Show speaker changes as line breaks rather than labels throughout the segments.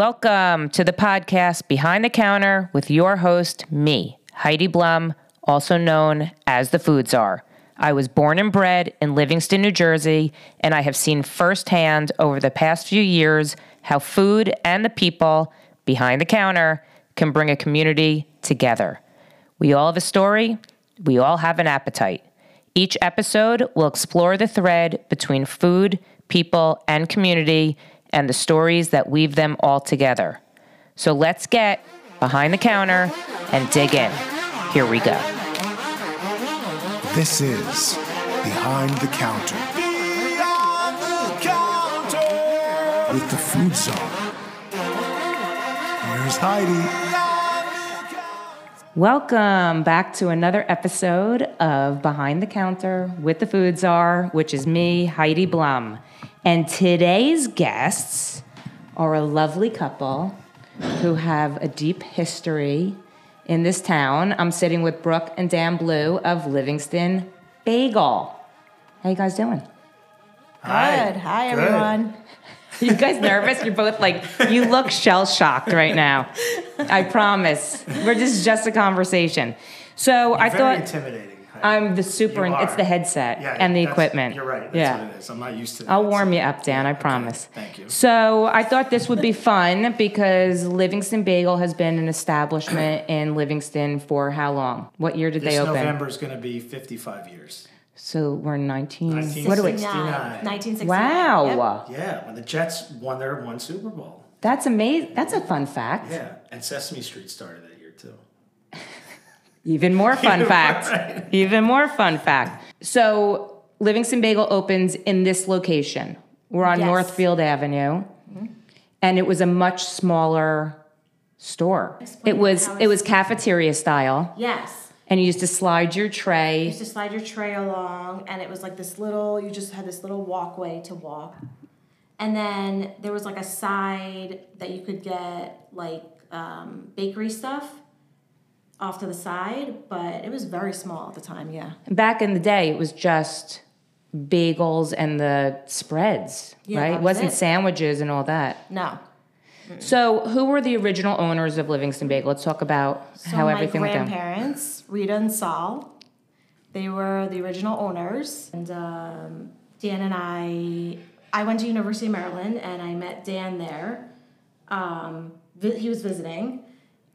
Welcome to the podcast Behind the Counter with your host, me, Heidi Blum, also known as the Food Czar. I was born and bred in Livingston, New Jersey, and I have seen firsthand over the past few years how food and the people behind the counter can bring a community together. We all have a story, we all have an appetite. Each episode will explore the thread between food, people, and community and the stories that weave them all together. So let's get behind the counter and dig in. Here we go.
This is Behind the Counter
Beyond the counter.
with the Food Zone. Here's Heidi.
Welcome back to another episode of Behind the Counter with the Food Czar, which is me, Heidi Blum. And today's guests are a lovely couple who have a deep history in this town. I'm sitting with Brooke and Dan Blue of Livingston Bagel. How you guys doing?
Good. Hi, everyone.
You guys nervous? You're both like, you look shell shocked right now. I promise. We're just just a conversation. So I
Very
thought
intimidating.
I'm the super.
You
It's
are.
the headset
Yeah,
and the
that's-
equipment.
You're right. That's
yeah.
what it is. I'm not used to that.
I'll warm
so-
you up, Dan. I
Okay,
promise.
Thank you.
So I thought this would be fun because Livingston Bagel has been an establishment in Livingston for how long? What year did
This
they open?
November is going to be 55 years.
So we're 19.
19.
What do we?
69.
1969. Yep.
Wow,
Yeah, when the Jets won their one Super Bowl.
that's amazing. That's a fun fact.
Yeah, and Sesame Street started that year too.
Even more fun
Even more,
fact.
right.
Even more fun fact. So Livingston Bagel opens in this location. We're on
Yes. Mm-hmm.
Northfield Avenue. And it was a much smaller store.
Explain
it was
how
it
it's-
was cafeteria style.
Yes.
And you used to slide your tray.
You used to slide your tray along, and it was like this little, you just had this little walkway to walk. And then there was like a side that you could get like um, bakery stuff off to the side, but it was very small at the time, yeah.
Back in the day it was just bagels and the spreads,
Yeah,
right?
that
It
was
wasn't
it.
sandwiches and all that.
No.
So who were the original owners of Livingston Bagel? Let's talk about
So
how
my
everything went down.
grandparents, Rita and Saul, they were the original owners, and um, Dan and I. I went to University of Maryland, and I met Dan there. Um, vi- he was visiting,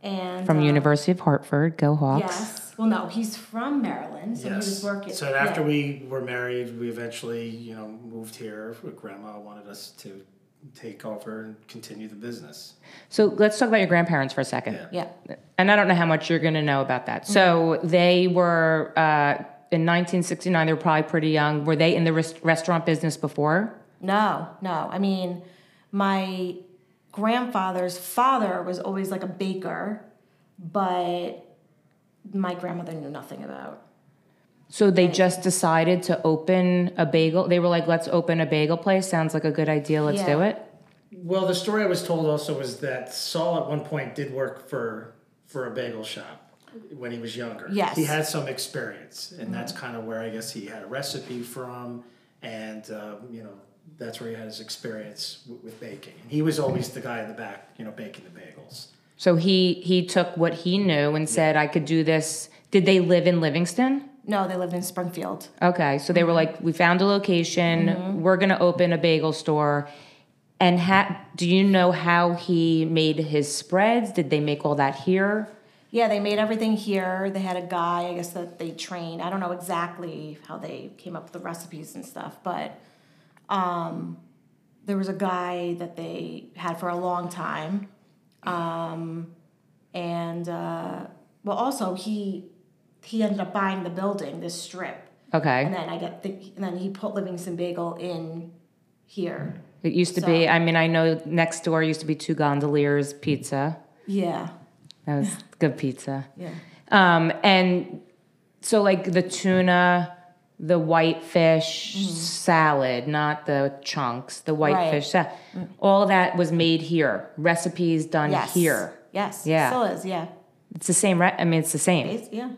and
From
um,
University of Hartford, go Hawks.
Yes. Well, no, he's from Maryland, so he was working.
So after
yeah.
we were married, we eventually, you know, moved here. Grandma wanted us to take over and continue the business.
So let's talk about your grandparents for a second.
Yeah.
Yeah.
And I don't know how much you're going to know about that. So they were uh, in 1969. They were probably pretty young. Were they in the rest- restaurant business before?
No, no. I mean, my grandfather's father was always like a baker, but my grandmother knew nothing about.
So they just decided to open a bagel. They were like, "Let's open a bagel place. Sounds like a good idea. Let's
Yeah.
do it."
Well, the story I was told also was that Saul at one point did work for for a bagel shop when he was younger.
Yes.
he had some experience, and that's kind of where I guess he had a recipe from, and um, you know that's where he had his experience w- with baking. And he was always the guy in the back, you know, baking the bagels.
So he he took what he knew and said, "I could do this." Did they live in Livingston?
No, they lived in Springfield.
Okay, so they were
Mm-hmm.
like, "We found a location. We're going to open a bagel store." And ha- do you know how he made his spreads? Did they make all that here?
Yeah, they made everything here. They had a guy, I guess, that they trained. I don't know exactly how they came up with the recipes and stuff, but um, there was a guy that they had for a long time. Um, and, uh, well, also, he he ended up buying the building, this strip.
Okay.
And then I get the, and then he put Livingston Bagel in here.
It used to be, I mean, I know next door used to be two gondoliers pizza.
Yeah,
That was good pizza.
yeah.
Um, and so, like the tuna, the whitefish
Mm-hmm.
salad, not the chunks, the whitefish salad, all that was made here. Recipes done
Mm. Yes.
here.
Yes.
Yeah.
Still is, yeah.
It's the same, right? I mean, it's the same.
It's, yeah.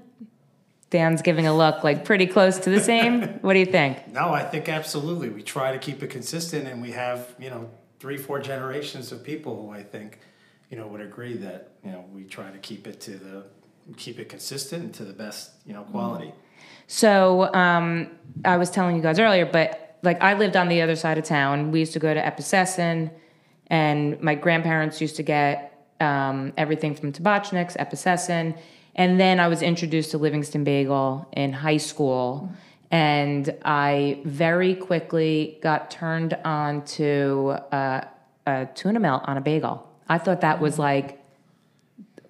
Dan's giving a look like pretty close to the same. what do you think?
No, I think absolutely we try to keep it consistent, and we have you know three, four generations of people who I think, you know, would agree that you know we try to keep it to the keep it consistent and to the best you know quality.
So um, I was telling you guys earlier, but like I lived on the other side of town. We used to go to Episessen, and my grandparents used to get um, everything from Tabachnik's, Episessen, and then I was introduced to Livingston Bagel in high school, and I very quickly got turned on to uh, a tuna melt on a bagel. I thought that was like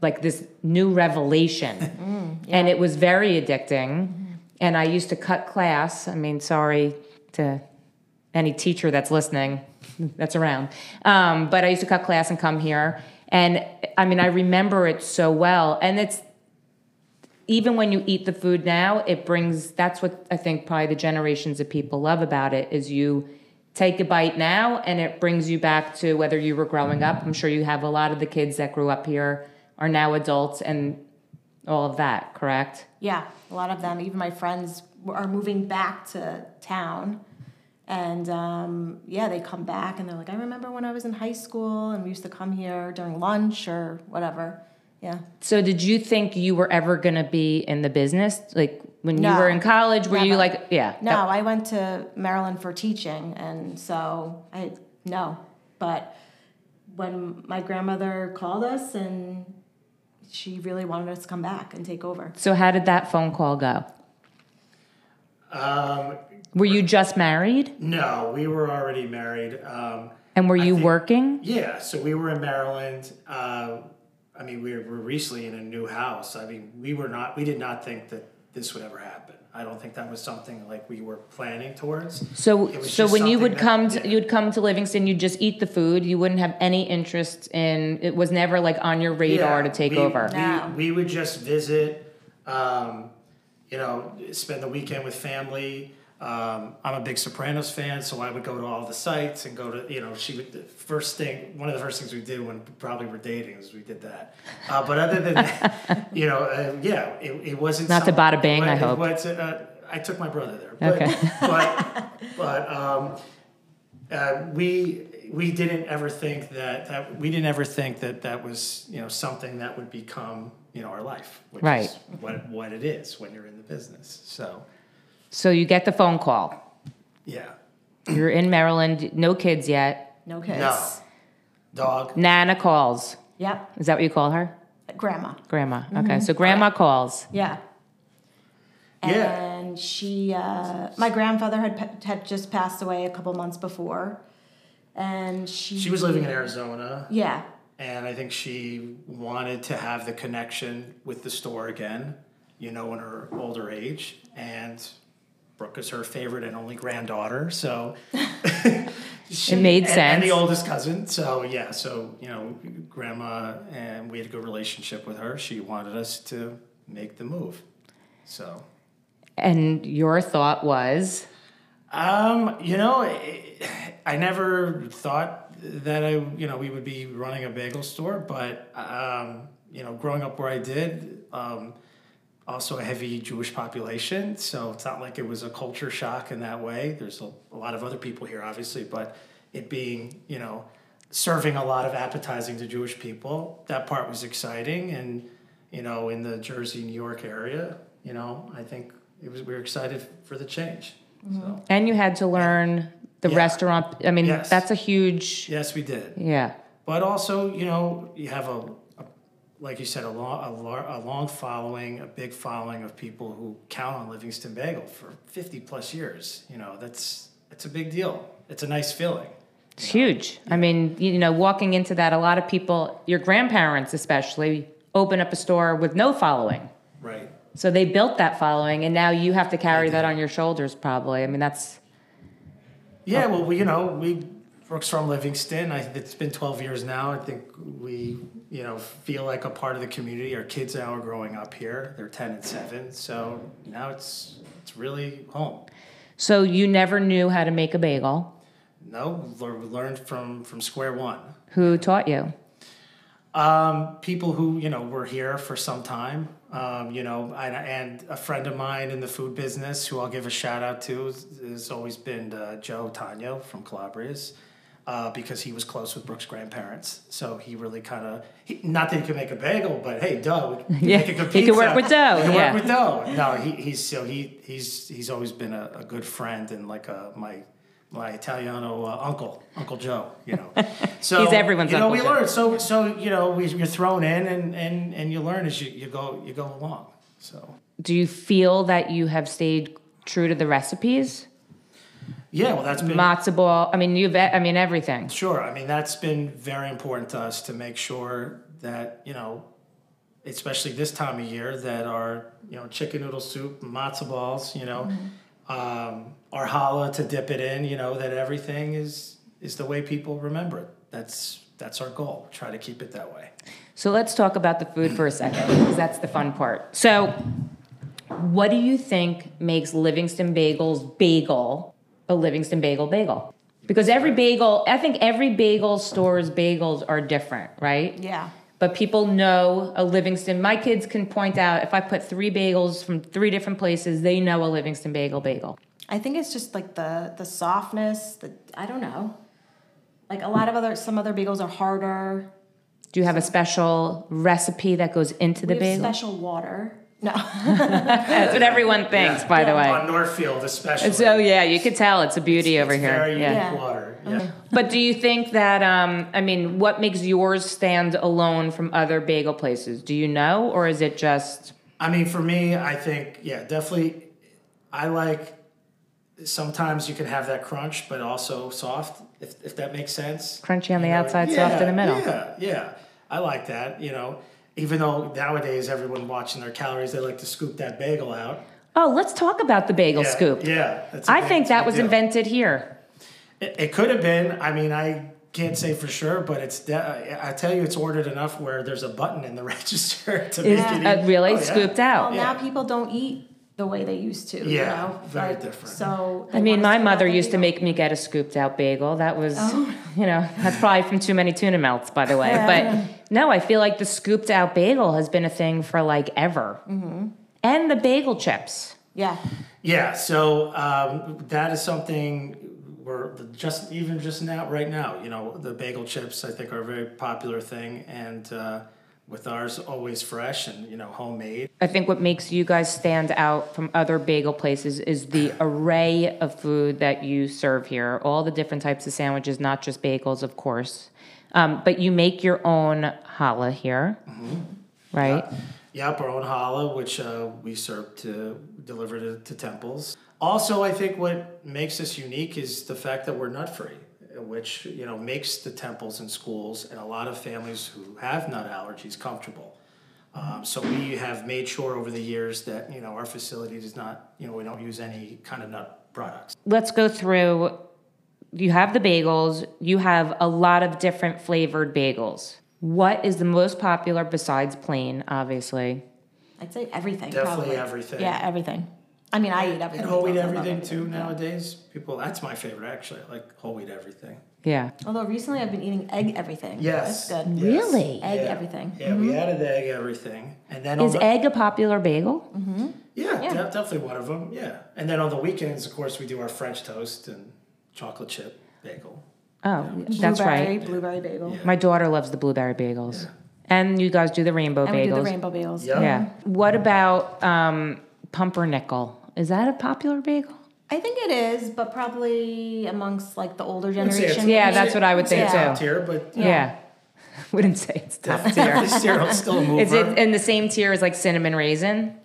like this new revelation. And it was very addicting. And I used to cut class. I mean, sorry to any teacher that's listening that's around. Um, but I used to cut class and come here. And I mean, I remember it so well. And it's even when you eat the food now, it brings that's what I think probably the generations of people love about it is you take a bite now and it brings you back to whether you were growing up. I'm sure you have a lot of the kids that grew up here are now adults and all of that, correct?
Yeah, a lot of them. Even my friends w- are moving back to town. And um, yeah, they come back and they're like, I remember when I was in high school and we used to come here during lunch or whatever. Yeah.
So did you think you were ever going to be in the business? Like when you
No.
were in college, were you
Never.
like, yeah.
No,
that-
I went to Maryland for teaching, and so I no. But when my grandmother called us, and she really wanted us to come back and take over.
so how did that phone call go?
Um,
Were you just married
no, we were already married. Um,
and were
I
you
think-
working?
Yeah, so we were in Maryland. Uh, I mean, we were recently in a new house. I mean, we were not, we did not think that this would ever happen. I don't think that was something like we were planning towards. It
So
was
so
just
when you would
something that-
come to,
yeah.
you'd come to Livingston, you'd just eat the food. You wouldn't have any interest in it was never like on your radar
Yeah,
to take
we-
over.
We,
No.
we would just visit, um, you know, spend the weekend with family. Um, I'm a big Sopranos fan, so I would go to all the sites and go to, you know, she would, the first thing, one of the first things we did when probably we're dating is we did that. Uh, but other than that, you know, uh, yeah, it, it wasn't.
Not to
something-
bada bang,
it
I hope.
was- uh, I took my brother there. But,
Okay.
but, but, um, uh, we we didn't ever think that that we didn't ever think that that was you know something that would become you know our life, which
Right.
is what what it is when you're in the business. So
So you get the phone call.
yeah,
You're in Maryland, no kids yet.
No kids.
No. dog.
Nana calls.
Yep.
Is that what you call her?
Grandma.
Grandma. Okay. So grandma calls.
Yeah.
Yeah.
And she, uh, my grandfather had pa- had just passed away a couple months before, and she.
She was living in Arizona,
Yeah.
and I think she wanted to have the connection with the store again, you know, in her older age. And Brooke is her favorite and only granddaughter, so she-
It made
and-
sense.
And the oldest cousin, so yeah, so you know, grandma and we had a good relationship with her. She wanted us to make the move, so.
And your thought was,
Um, you know, it- I never thought that I, you know, we would be running a bagel store, but um, you know, growing up where I did, um, also a heavy Jewish population, so it's not like it was a culture shock in that way. There's a, a lot of other people here, obviously, but it being, you know, serving a lot of appetizing to Jewish people, that part was exciting, and you know, in the Jersey, New York area, you know, I think it was we were excited for the change. So.
and you had to learn the
Yeah.
restaurant. I mean,
Yes.
that's a huge.
Yes, we did.
Yeah.
But also, you know, you have a, a like you said, a long, a, lar- a long following, a big following of people who count on Livingston Bagel for 50 plus years. You know, that's it's a big deal. It's a nice feeling.
It's huge. I mean, you know, walking into that, a lot of people, your grandparents especially, open up a store with no following.
Right.
So they built that following, and now you have to carry that on your shoulders, probably. I mean, that's
Yeah, well, we, you know, we Brooks from Livingston. I, it's been 12 years now. I think we, you know, feel like a part of the community. Our kids now are growing up here. They're 10 and 7. So now it's it's really home.
so you never knew how to make a bagel.
No, lear- learned from from square one.
Who taught you?
Um, people who you know were here for some time. Um, you know, and, and a friend of mine in the food business who I'll give a shout out to has- has always been uh, Joe Tano from Calabria's. uh, because he was close with Brooke's grandparents. So he really kind of, not that he could make a bagel, but hey, dough. we can
Yeah,
make a good
he could work
pizza.
with dough,
He could
yeah.
work with dough. No, he, he's so he he's he's always been a, a good friend and like a my my Italiano uh, uncle, Uncle Joe. You know, so
He's everyone's
You know,
Uncle
we
Joe.
learn. So so you know, we, you're thrown in and and and you learn as you, you go you go along. So.
Do you feel that you have stayed true to the recipes?
Yeah, well, that's been
Matzo ball. I mean, you've. I mean, everything.
Sure. I mean, that's been very important to us to make sure that, you know, especially this time of year, that our, you know, chicken noodle soup, matzo balls, you know, um, our challah to dip it in, you know, that everything is is the way people remember it. That's that's our goal. Try to keep it that way.
So let's talk about the food for a second, because that's the fun part. So, what do you think makes Livingston Bagels bagel a Livingston Bagel bagel? Because every bagel, I think every bagel store's bagels are different, right?
Yeah.
But people know a Livingston. My kids can point out if I put three bagels from three different places, they know a Livingston Bagel bagel.
I think it's just like the the softness. The I don't know. Like a lot of other some other bagels are harder.
Do you have a special recipe that goes into the
we have
bagel?
special water. No.
That's what everyone thinks, by the way.
On Northfield, especially.
So yeah, you could tell it's a beauty over
It's
here.
Very
yeah.
unique
Yeah.
water. Yeah.
But do you think that um I mean, what makes yours stand alone from other bagel places? Do you know or is it just
I mean, for me, I think yeah, definitely. I like. Sometimes you can have that crunch, but also soft, if if that makes sense.
Crunchy on the
You know,
outside, soft in the middle.
Yeah, yeah, I like that. You know, even though nowadays everyone watching their calories, they like to scoop that bagel out.
Oh, let's talk about the bagel
Yeah,
scoop.
Yeah, that's a
I
big-
think
big
that was
deal.
invented here.
It, it could have been. I mean, I can't say for sure, but it's. De- I I tell you, it's ordered enough where there's a button in the register to
Is
make it.
uh,
easy.
really
Oh, yeah.
scooped
well,
out.
now
Yeah.
people don't eat the way they used to. you
Yeah,
know?
very different.
So
I mean, my mother used to make me get a scooped out bagel. That was,
Oh.
you know, that's probably from too many tuna melts, by the way. But no, I feel like the scooped out bagel has been a thing for like ever.
Mm-hmm.
And the bagel chips.
Yeah.
Yeah, so um, that is something we're just even just now, right now. You know, the bagel chips I think are a very popular thing, and uh, with ours always fresh and you know homemade.
I think what makes you guys stand out from other bagel places is the array of food that you serve here. All the different types of sandwiches, not just bagels, of course. Um, but you make your own challah here, right?
Yep, our own challah, which uh, we serve to deliver to, to temples. Also, I think what makes us unique is the fact that we're nut free, which you know makes the temples and schools and a lot of families who have nut allergies comfortable. Um, so we have made sure over the years that you know our facility does not, you know, we don't use any kind of nut products.
Let's go through. You have the bagels. You have a lot of different flavored bagels. What is the most popular besides plain, obviously?
I'd say everything.
Definitely
probably.
everything.
Yeah, everything. I mean, I eat everything.
And whole wheat
I love
everything too nowadays. People, that's my favorite actually. I like whole wheat everything.
Yeah.
Although recently I've been eating egg everything.
Yes.
That's good.
Yes.
Really?
Egg everything.
Yeah, we added the egg everything, and then
Mm-hmm. Is
on the,
egg a popular bagel?
Yeah, de- definitely one of them. Yeah, and then on the weekends, of course, we do our French toast and chocolate chip bagel.
Oh, that's
blueberry,
right.
Blueberry bagel.
My daughter loves the blueberry bagels. And you guys do the rainbow
And
bagels.
we do the rainbow Uh-huh. bagels.
Yeah.
Yeah. What about um, pumpernickel? Is that a popular bagel?
I think it is, but probably amongst like the older
I'd say it's-
generation.
Yeah,
maybe.
that's what I would
I'd
say
it's
too.
top tier, but
Yeah. Wouldn't say it's top tier.
definitely cereal's still a mover.
Is it in the same tier as like cinnamon raisin?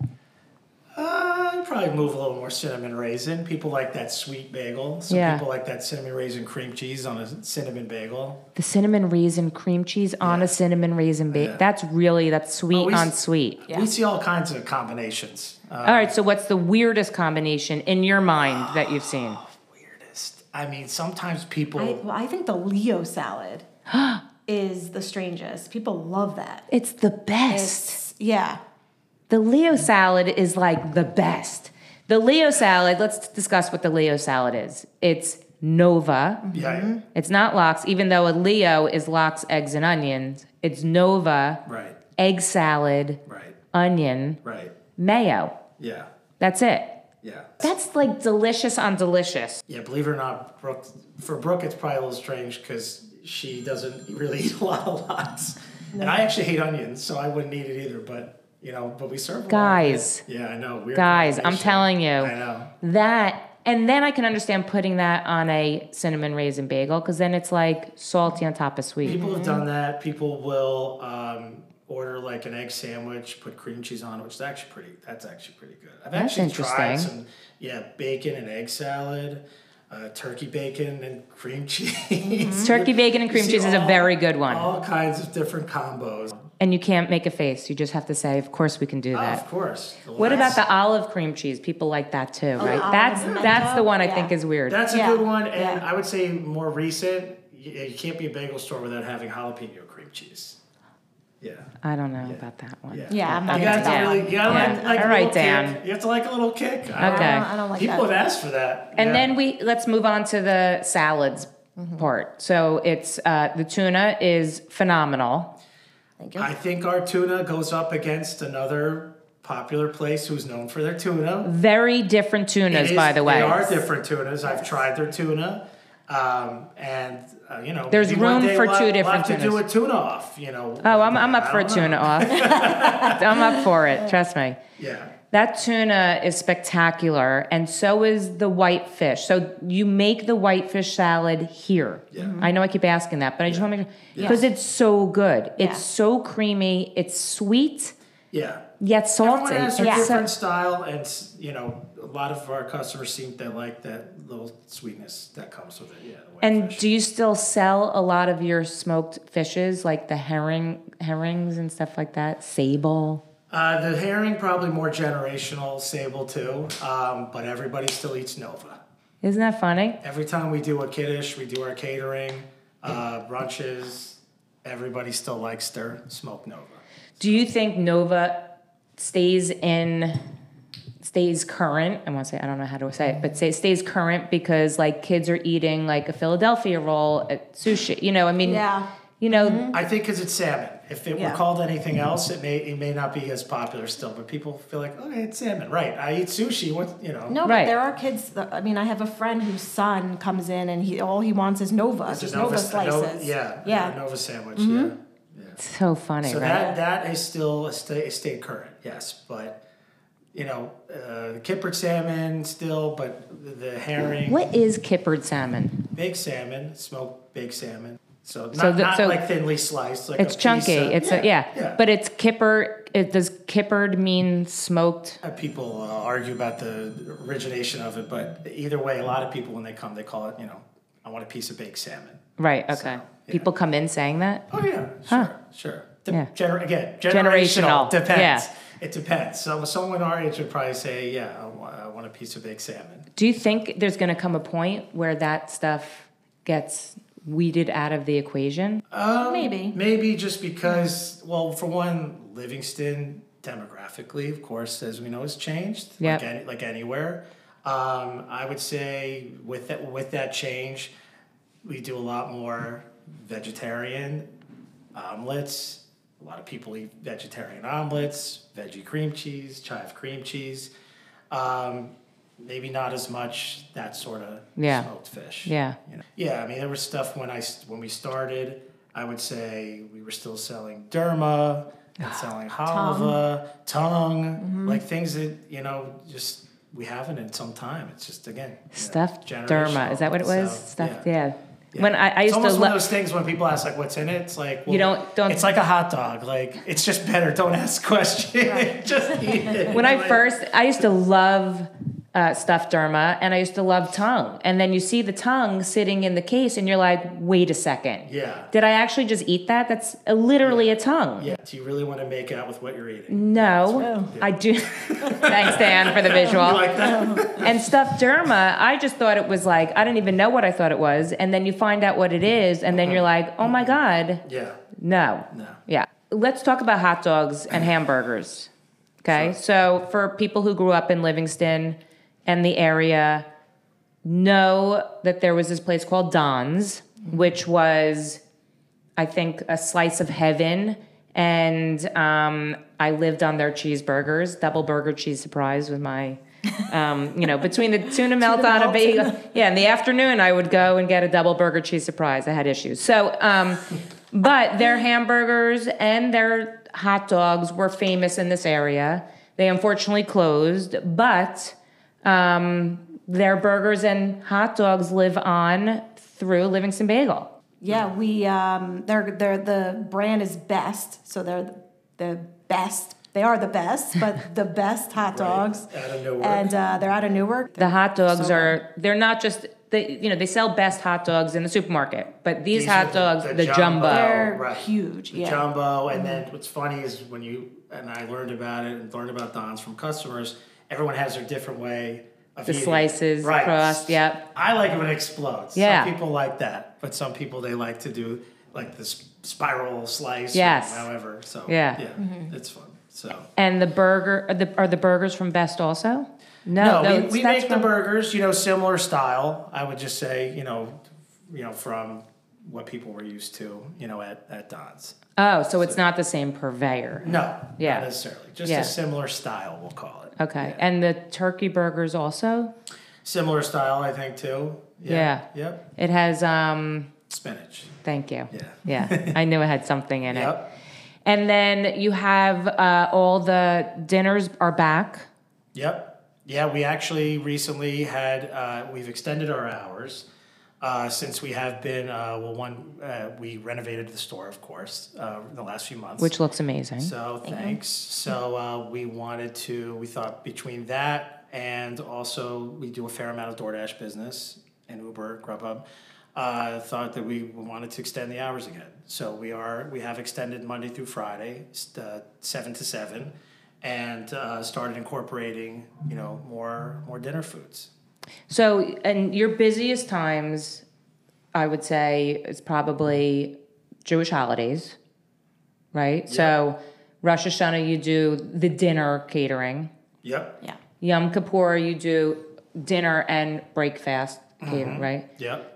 Uh, I'd probably move a little more cinnamon raisin. People like that sweet bagel. So
Yeah.
people like that cinnamon raisin cream cheese on a cinnamon bagel.
The cinnamon raisin cream cheese on a cinnamon raisin bagel. That's really that's sweet
Oh, we s-
on sweet.
Yeah.
We see all kinds of combinations. Uh,
All right, so what's the weirdest combination in your mind that you've seen?
weirdest. I mean, sometimes people.
I, well, I think the Leo salad is the strangest. People love that.
It's the best.
It's, yeah.
The Leo salad is like the best. The Leo salad, let's discuss what the Leo salad is. It's Nova.
yeah,
It's not lox, even though a Leo is lox, eggs, and onions. It's Nova,
right,
egg salad,
right,
onion,
right.
mayo.
Yeah.
That's it.
Yeah.
That's like delicious on delicious.
Yeah, believe it or not, Brooke, for Brooke, it's probably a little strange because she doesn't really eat a lot of lots. And I actually hate onions, so I wouldn't eat it either. But, you know, but we serve a lot of
Guys.
it. Yeah, I know. Weird
Guys, I'm
combination.
telling you.
I know.
That and then I can understand putting that on a cinnamon raisin bagel because then it's like salty on top of sweet.
People have done that. People will um, order like an egg sandwich, put cream cheese on it, which is actually pretty. That's actually pretty good. I've
That's
actually tried
interesting.
some, yeah, bacon and egg salad, uh, turkey bacon and cream cheese.
Turkey bacon and cream
See,
cheese is a
all-
very good one.
All kinds of different combos.
And you can't make a face. You just have to say, of course we can do
Ah,
that.
of course. Oh, The
What about
last-
the olive cream cheese? People like that too, right?
olive
That's
and
that's the
mango,
one I
yeah.
think is weird.
That's a
Yeah,
good one, and
yeah.
I would say more recent. You, you can't be a bagel store without having jalapeno cream cheese. Yeah.
I don't know about that one.
Yeah.
Yeah, I'm not
You
gonna
have
do
to
that.
down.
really, you gotta
Yeah.
like, like
All
a
right,
little
Dan.
kick. You have to like a little kick. I
Okay.
I, don't, I don't like
People
that.
have asked for that.
And
yeah.
then we let's move on to the salads
Mm-hmm.
part. So it's uh, the tuna is phenomenal.
Thank you.
I think our tuna goes up against another popular place who's known for their tuna.
Very different
It
tunas,
is-
by the way.
They are different tunas. I've tried their tuna. Um, and, uh, you know,
There's
maybe one
room
day
for
we'll
two
have- we'll
different
have to do a tuna off, you know.
Oh, I'm, I'm up
I
for a
don't
tuna
know.
off. I'm up for it. Trust me.
Yeah.
That tuna is spectacular, and so is the whitefish. So you make the whitefish salad here. Mm-hmm.
Yeah.
I know I keep asking that, but I just want to make sure because it's so good. It's
Yeah.
so creamy. It's sweet
Yeah.
yet
Everyone
salty.
has their
Yeah.
different style, and s- you know, a lot of our customers seem to like that little sweetness that comes with it. Yeah. the white
And
fish.
do you still sell a lot of your smoked fishes, like the herring, herrings and stuff like that? Sable.
uh, the herring probably more generational sable too, um, but everybody still eats Nova.
Isn't that funny?
Every time we do a kiddish, we do our catering, uh, brunches. Everybody still likes their smoked Nova.
Do you think Nova stays in, stays current? I want to say I don't know how to say it, but say stays current because like kids are eating like a Philadelphia roll at sushi. You know, I mean,
Yeah.
You know,
I think because it's salmon. If it
Yeah.
were called anything else, it may it may not be as popular still. But people feel like, oh, it's salmon, right? I eat sushi. What you know?
no,
Right.
but there are kids. That, I mean, I have a friend whose son comes in and he all he wants is Nova,
It's a
just Nova,
a
slices.
Nova- yeah, a
yeah. Mm-hmm.
Nova sandwich. Yeah, yeah.
it's so funny,
So
right?
that that is still a stay, a stay current, yes. But you know, uh, kippered salmon still, but the herring,
what is kippered salmon?
big salmon, smoked big salmon. So not,
So the-
not
so-
like thinly sliced. Like
It's
a
chunky.
Piece of,
it's a, yeah. but it's kipper. It, does kippered mean smoked?
Uh, people uh, argue about the origination of it, but either way, a lot of people when they come, they call it, you know, I want a piece of baked salmon.
Right. Okay. People come in saying that.
Oh yeah, sure, sure. De-
Yeah.
gener- again,
Generational,
generational, depends.
yeah.
It depends. So someone our age would probably say, "Yeah, I want, I want a piece of baked salmon."
Do you think there's going to come a point where that stuff gets weeded out of the equation?
Maybe.
Maybe just because, well, for one, Livingston demographically, of course, as we know, has changed.
Yep.
Like, any, like anywhere, um, I would say with that with that change, we do a lot more vegetarian omelets. A lot of people eat vegetarian omelets, veggie cream cheese, chive cream cheese. Um, maybe not as much that sort of
Yeah.
smoked fish.
Yeah.
You know? Yeah, I mean, there was stuff when I s- when we started. I would say we were still selling
Ah,
derma and selling halva, tongue,
Mm-hmm.
like things that you know just we haven't in some time. It's just again you know,
Stuffed
generational.
derma. Is that what it was?
So,
Stuffed.
yeah.
Yeah. When I, I
It's
used to
almost one of
love.
those things when people ask like, "What's in it?" It's like well,
You don't- don't-
It's like a hot dog. Like it's just better. Don't ask questions. just eat it.
When I
Like,
first, I used to love uh, stuffed derma, and I used to love tongue. And then you see the tongue sitting in the case, and you're like, "Wait a second,
Yeah.
did I actually just eat that? That's uh, literally a tongue."
yeah, do you really want to make out with what you're eating?
No, I do. Thanks, Dan, for the visual.
Like that.
and stuffed derma, I just thought it was like, I didn't even know what I thought it was. And then you find out what it is, and then
Uh-huh.
you're like, oh my God,
Yeah.
no.
No.
Yeah. Let's talk about hot dogs and hamburgers. Okay. So, for people who grew up in Livingston and the area, know that there was this place called Don's, which was, I think, a slice of heaven. And um, I lived on their cheeseburgers. Double burger cheese surprise was my Um, you know, between the tuna melt on a
melt.
bagel, yeah, in the afternoon I would go and get a double burger cheese surprise. I had issues. So, um, but their hamburgers and their hot dogs were famous in this area. They unfortunately closed, but um, their burgers and hot dogs live on through Livingston Bagel.
Yeah, we um, they're they're the brand is best, so they're the best. They are the best, but the best hot dogs.
Out of Newark.
And uh, they're out of Newark.
The hot dogs
so
are they're not just they you know they sell best hot dogs in the supermarket, but these
These are
hot
the-
dogs the,
the
jumbo.
jumbo.
They're
Oh, right.
huge.
the
yeah. Mm-hmm.
jumbo. And then what's funny is when you and I learned about it and learned about Don's from customers, everyone has their different way of
The
eating.
slices
right.
crust, yep.
I like it when it explodes.
Yeah.
Some people like that, but some people they like to do like this spiral slice. or
Yes.
however, so
Yeah.
yeah,
Mm-hmm.
it's fun. So.
And the burger are the, are the burgers from Best also? No,
No, we,
those-
we
that's
make the
from-
burgers, you know, similar style. I would just say, you know, you know, from what people were used to, you know, at, at Don's.
Oh, so it's not the same purveyor.
No,
Yeah.
not necessarily. Just
Yeah.
a similar style, we'll call it.
Okay. And the turkey burgers also?
Similar style, I think, too.
Yeah.
Yep.
It has um
Spinach.
thank you.
Yeah.
Yeah. I knew it had something in it.
Yep.
And then you have uh, all the dinners are back.
Yep. Yeah, we actually recently had, uh, we've extended our hours uh, since we have been, uh, well, one, uh, we renovated the store, of course, uh, in the last few months.
Which looks amazing.
So thanks. So uh, we wanted to. We thought between that and also we do a fair amount of DoorDash business and Uber, Grubhub. Uh, thought that we wanted to extend the hours again. So we are. We have extended Monday through Friday, s- uh, seven to seven, and uh, started incorporating you know more more dinner foods.
So, and your busiest times, I would say, is probably Jewish holidays, right? So, Rosh Hashanah, you do the dinner catering.
Yep.
Yeah.
Yom Kippur, you do dinner and breakfast
Mm-hmm.
catering, right?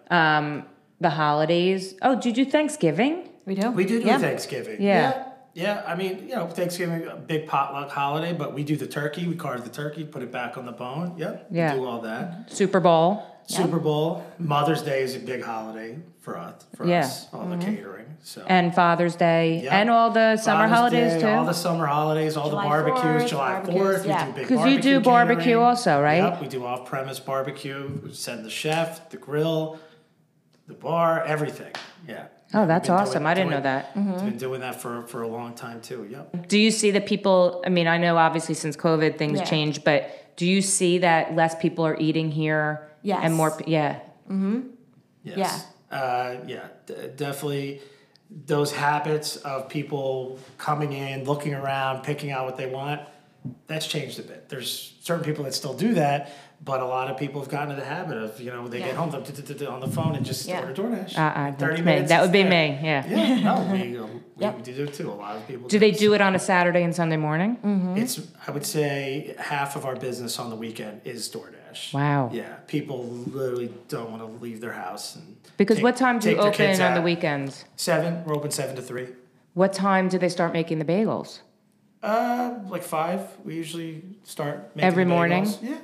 Um,
Yep.
The holidays. Oh, do you do Thanksgiving?
We do.
We do do
yeah.
Thanksgiving.
Yeah.
yeah. Yeah, I mean, you know, Thanksgiving, a big potluck holiday, but we do the turkey. We carve the turkey, put it back on the bone. Yep.
Yeah.
We do all that.
Super Bowl.
Super Bowl, Mother's Day is a big holiday for us. For
Yeah. Mm-hmm.
us, all the catering. So.
And Father's Day
Yep.
and all the summer
Father's
holidays
Day,
too.
All the summer holidays, all
July
the barbecues,
4th,
July
barbecues,
Fourth.
yeah.
We do big
'Cause you do barbecue
catering.
also, right?
Yep, we do off-premise barbecue. We send the chef, the grill, the bar, everything. Yeah.
Oh,
We've
that's
been
awesome. I didn't know that.
Been doing that for for a long time too. Yep.
Do you see that people? I mean, I know obviously since COVID things
Yeah.
changed, but do you see that less people are eating here?
Yes.
And more, pe- yeah.
Yes. Uh, yeah, d- definitely those habits of people coming in, looking around, picking out what they want, that's changed a bit. There's certain people that still do that, but a lot of people have gotten to the habit of, you know, they
Yeah.
get home, they're d- d- d- on the phone and just
Yeah.
order DoorDash.
Uh, uh,
30
that's me.
minutes.
That would be
it's there.
me. Yeah.
Yeah, no, we, um, we
Yep.
do it too. A lot of people
Do they do it on a Saturday and Sunday morning?
Mm.
It's, I would say, half of our business on the weekend is DoorDash.
Wow.
Yeah, people literally don't want to leave their house and
Because
take-
what time do you
take their
open
kids
on the
out.
weekends?
Seven. We're open seven to three.
What time do they start making the bagels?
Uh, like five. We usually start making
Every
the bagels.
morning?
Yeah,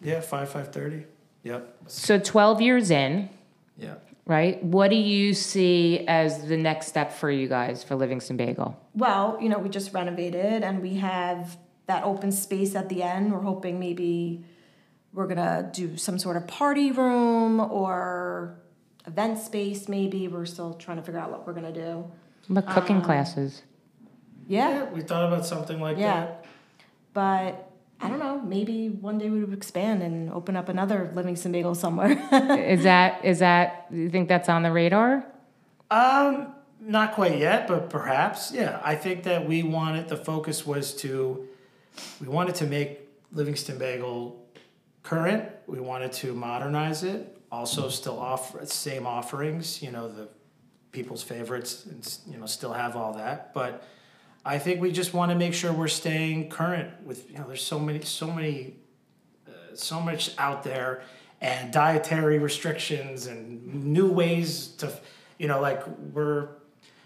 yeah, five five thirty. Yep.
So 12 years in,
Yeah.
right? What do you see as the next step for you guys for Livingston Bagel?
Well, you know, we just renovated and we have that open space at the end. We're hoping maybe we're gonna do some sort of party room or event space. Maybe we're still trying to figure out what we're gonna do.
But
Um.
cooking classes.
Yeah.
Yeah, we thought about something like
Yeah.
that.
But I don't know. Maybe one day we would expand and open up another Livingston Bagel somewhere.
Is that is that you think that's on the radar?
Um, not quite yet, but perhaps. Yeah, I think that we wanted the focus was to, we wanted to make Livingston Bagel current. We wanted to modernize it. Also, still offer same offerings. You know the people's favorites, and s- you know still have all that. But I think we just want to make sure we're staying current with you know. There's so many, so many uh, so much out there and dietary restrictions and new ways to you know like we're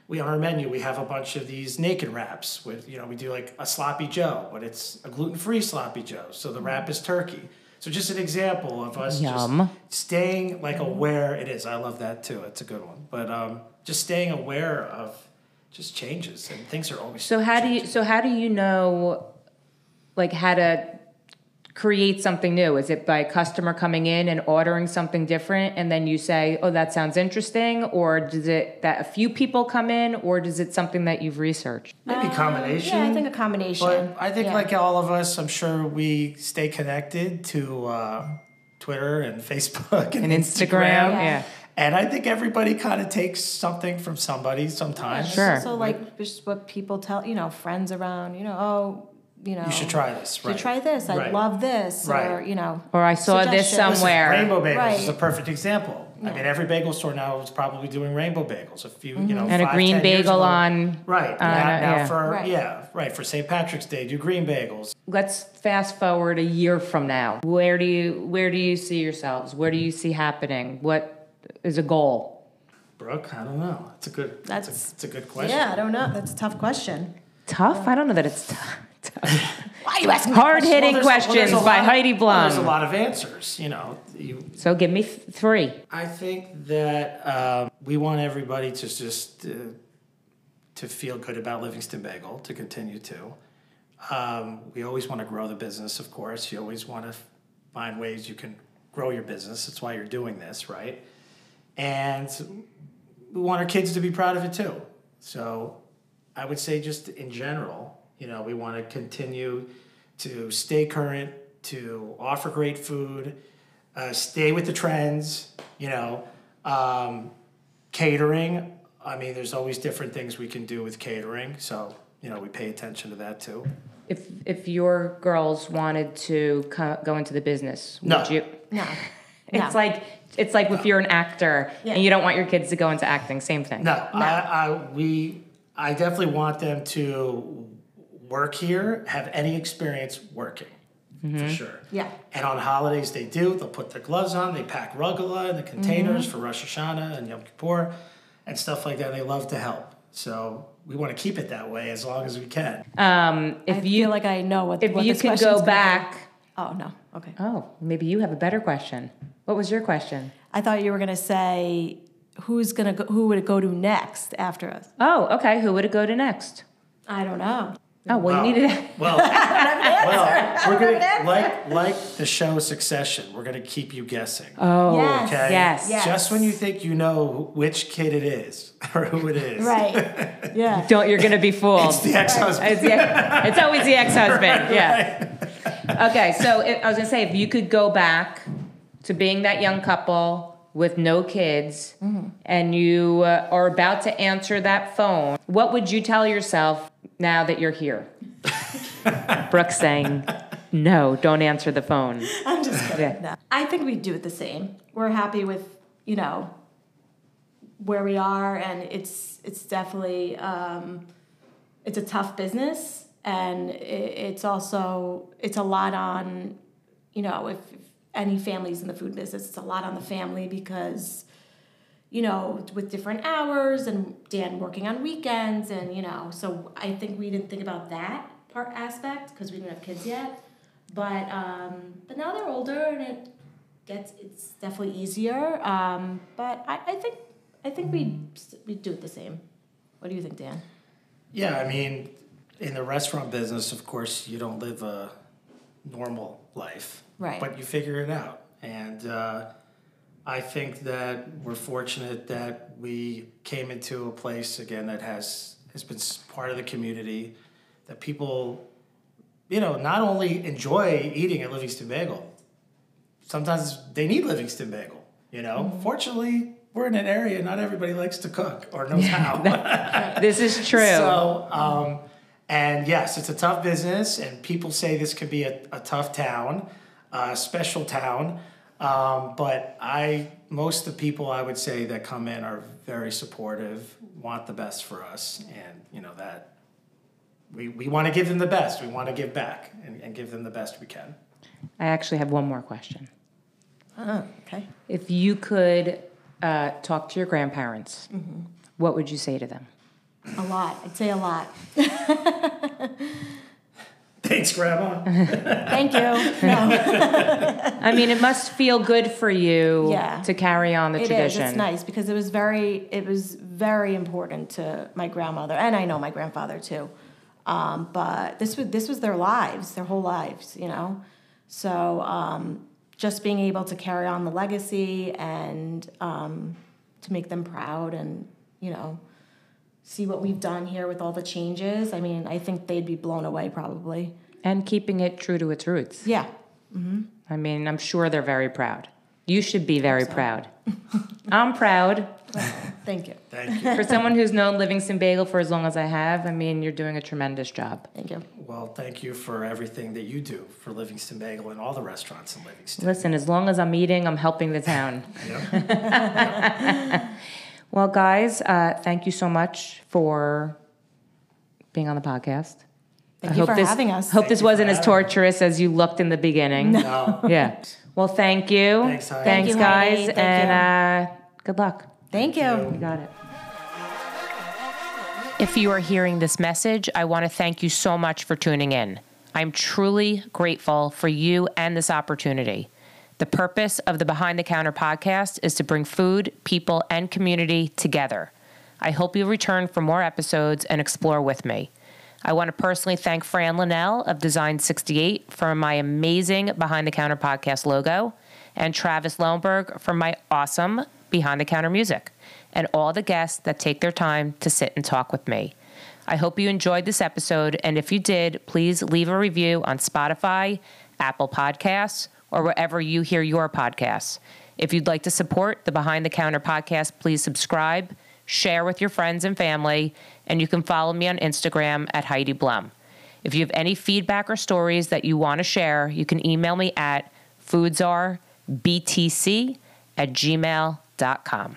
we on our menu we have a bunch of these naked wraps with you know we do like a sloppy Joe, but it's a gluten free sloppy Joe, so the wrap is turkey. So just an example of us
Yum.
just staying like aware it is. I love that too. It's a good one, but um, just staying aware of just changes and things are always
So how do you so how do you know like how to create something new? Is it by a customer coming in and ordering something different and then you say, "Oh, that sounds interesting," or does it that a few people come in or does it something that you've researched?
maybe combination.
Uh, Yeah, I think a combination.
But I think,
Yeah.
like all of us, I'm sure we stay connected to uh, Twitter and Facebook and,
And Instagram, yeah.
And I think everybody kind of takes something from somebody sometimes.
Sure.
So like just what people tell you know friends around you know oh you know
You should try this. Right.
should try this I
Right.
love this or
Right.
you know
Or I saw this
Suggestions.
somewhere.
Rainbow bagels is
Right.
a perfect example. I mean, every bagel store now is probably doing rainbow bagels. A few, you know,
Mm-hmm. And a
five,
green
10 years
bagel
ago.
on-
right
on
now,
a-
now
Uh, yeah.
for
Right.
yeah right for St. Patrick's Day do green bagels.
Let's fast forward a year from now. Where do you where do you see yourselves? Where do you see happening? What is a goal?
Brooke, I don't know. It's a good. That's a,
That's-
it's a good question.
yeah I don't know that's a tough question
Tough? I don't know that it's tough.
why are you asking
Hard hitting
Well, there's- well,
questions
there's a
by
lot-
Heidi
well,
Blum.
there's a lot of answers, you know. You,
so give me th- three.
I think that um, we want everybody to just uh, to feel good about Livingston Bagel to continue to. Um, we always want to grow the business, of course. You always want to find ways you can grow your business. That's why you're doing this, right? And we want our kids to be proud of it too. So I would say, just in general, you know, we want to continue to stay current, to offer great food, uh, stay with the trends, you know, um, catering. I mean, there's always different things we can do with catering. So, you know, we pay attention to that too.
If if your girls wanted to co- go into the business,
No.
would you?
no
It's like it's like if you're an actor
Yeah.
and you don't want your kids to go into acting, same thing.
No, I, I we I definitely want them to work here, have any experience working for sure.
Yeah.
And on holidays they do. They'll put their gloves on. They pack rugula in the containers for Rosh Hashanah and Yom Kippur and stuff like that. They love to help. So we want to keep it that way as long as we can.
Um, If
I
you
feel like I know what
if
what
you
this
can
question's
go
gonna be.
back,
oh no okay
oh, maybe you have a better question. What was your question?
I thought you were gonna say who's gonna go, who would it go to next after us
Oh, okay. Who would it go to next?
I don't know
Oh, well, you
Wow.
needed.
Well, well, we're gonna like like the show Succession. We're gonna keep you guessing.
Oh,
Yes.
okay.
yes.
Yes.
Just when you think you know which kid it is or who it is,
right yeah
Don't you're gonna be fooled.
It's the ex-husband.
It's, the- it's always the ex-husband. yeah. Okay, so if, I was gonna say if you could go back to being that young couple with no kids, and you uh, are about to answer that phone, what would you tell yourself now that you're here? Brooke's saying, "No, don't answer the phone."
I'm just kidding.
Yeah.
No. I think we do it the same. We're happy with, you know, where we are and it's it's definitely um, it's a tough business and i it's also it's a lot on, you know, if, if any families in the food business, it's a lot on the family because you know, with different hours and Dan working on weekends and you know, so I think we didn't think about that part aspect because we didn't have kids yet. But um, but now they're older and it gets it's definitely easier. Um, but I, I think I think we we do it the same. What do you think, Dan?
Yeah, I mean, in the restaurant business, of course, you don't live a normal life,
Right.
But you figure it out, and uh, I think that we're fortunate that we came into a place again that has has been s- part of the community, that people, you know, not only enjoy eating at Livingston Bagel, sometimes they need Livingston Bagel. You know, fortunately, we're in an area not everybody likes to cook or knows how.
This is true.
So, um, and yes, it's a tough business, and people say this could be a, a tough town, a special town. Um, but I, most of the people I would say that come in are very supportive, want the best for us, and you know that we, we want to give them the best. We want to give back and, and give them the best we can.
I actually have one more question.
Oh, okay.
If you could uh, talk to your grandparents, what would you say to them?
A lot. I'd say a lot.
Thanks, Grandma.
Thank you. No,
I mean, it must feel good for you
Yeah.
to carry on the
it is.
tradition.
It's nice because it was very, it was very important to my grandmother and I know my grandfather too. Um, but this was this was their lives, their whole lives, you know. So um, just being able to carry on the legacy and um, to make them proud and you know see what we've done here with all the changes. I mean, I think they'd be blown away probably.
And keeping it true to its roots.
Yeah.
I mean, I'm sure they're very proud. You should be very proud. I'm proud.
Thank you.
Thank you.
For someone who's known Livingston Bagel for as long as I have, I mean, you're doing a tremendous job.
Thank you.
Well, thank you for everything that you do for Livingston Bagel and all the restaurants in Livingston.
Listen, as long as I'm eating, I'm helping the town.
Yeah.
Well, guys, uh, thank you so much for being on the podcast.
Thank
I
you
hope
for
this,
having us.
Hope this
you for
wasn't as
having me.
torturous as you looked in the beginning.
No.
Yeah. Well, thank you.
Thanks, Heidi.
Thanks,
Thank you,
guys.
Heidi. Thank
and Uh, good luck.
Thank you.
You got it. If you are hearing this message, I want to thank you so much for tuning in. I'm truly grateful for you and this opportunity. The purpose of the Behind the Counter podcast is to bring food, people, and community together. I hope you'll return for more episodes and explore with me. I want to personally thank Fran Linnell of Design 68 for my amazing Behind the Counter podcast logo and Travis Lohnberg for my awesome Behind the Counter music and all the guests that take their time to sit and talk with me. I hope you enjoyed this episode, and if you did, please leave a review on Spotify, Apple Podcasts, or wherever you hear your podcasts. If you'd like to support the Behind the Counter podcast, please subscribe, share with your friends and family, and you can follow me on Instagram at Heidi Blum. If you have any feedback or stories that you want to share, you can email me at foodsarbtc at gmail.com.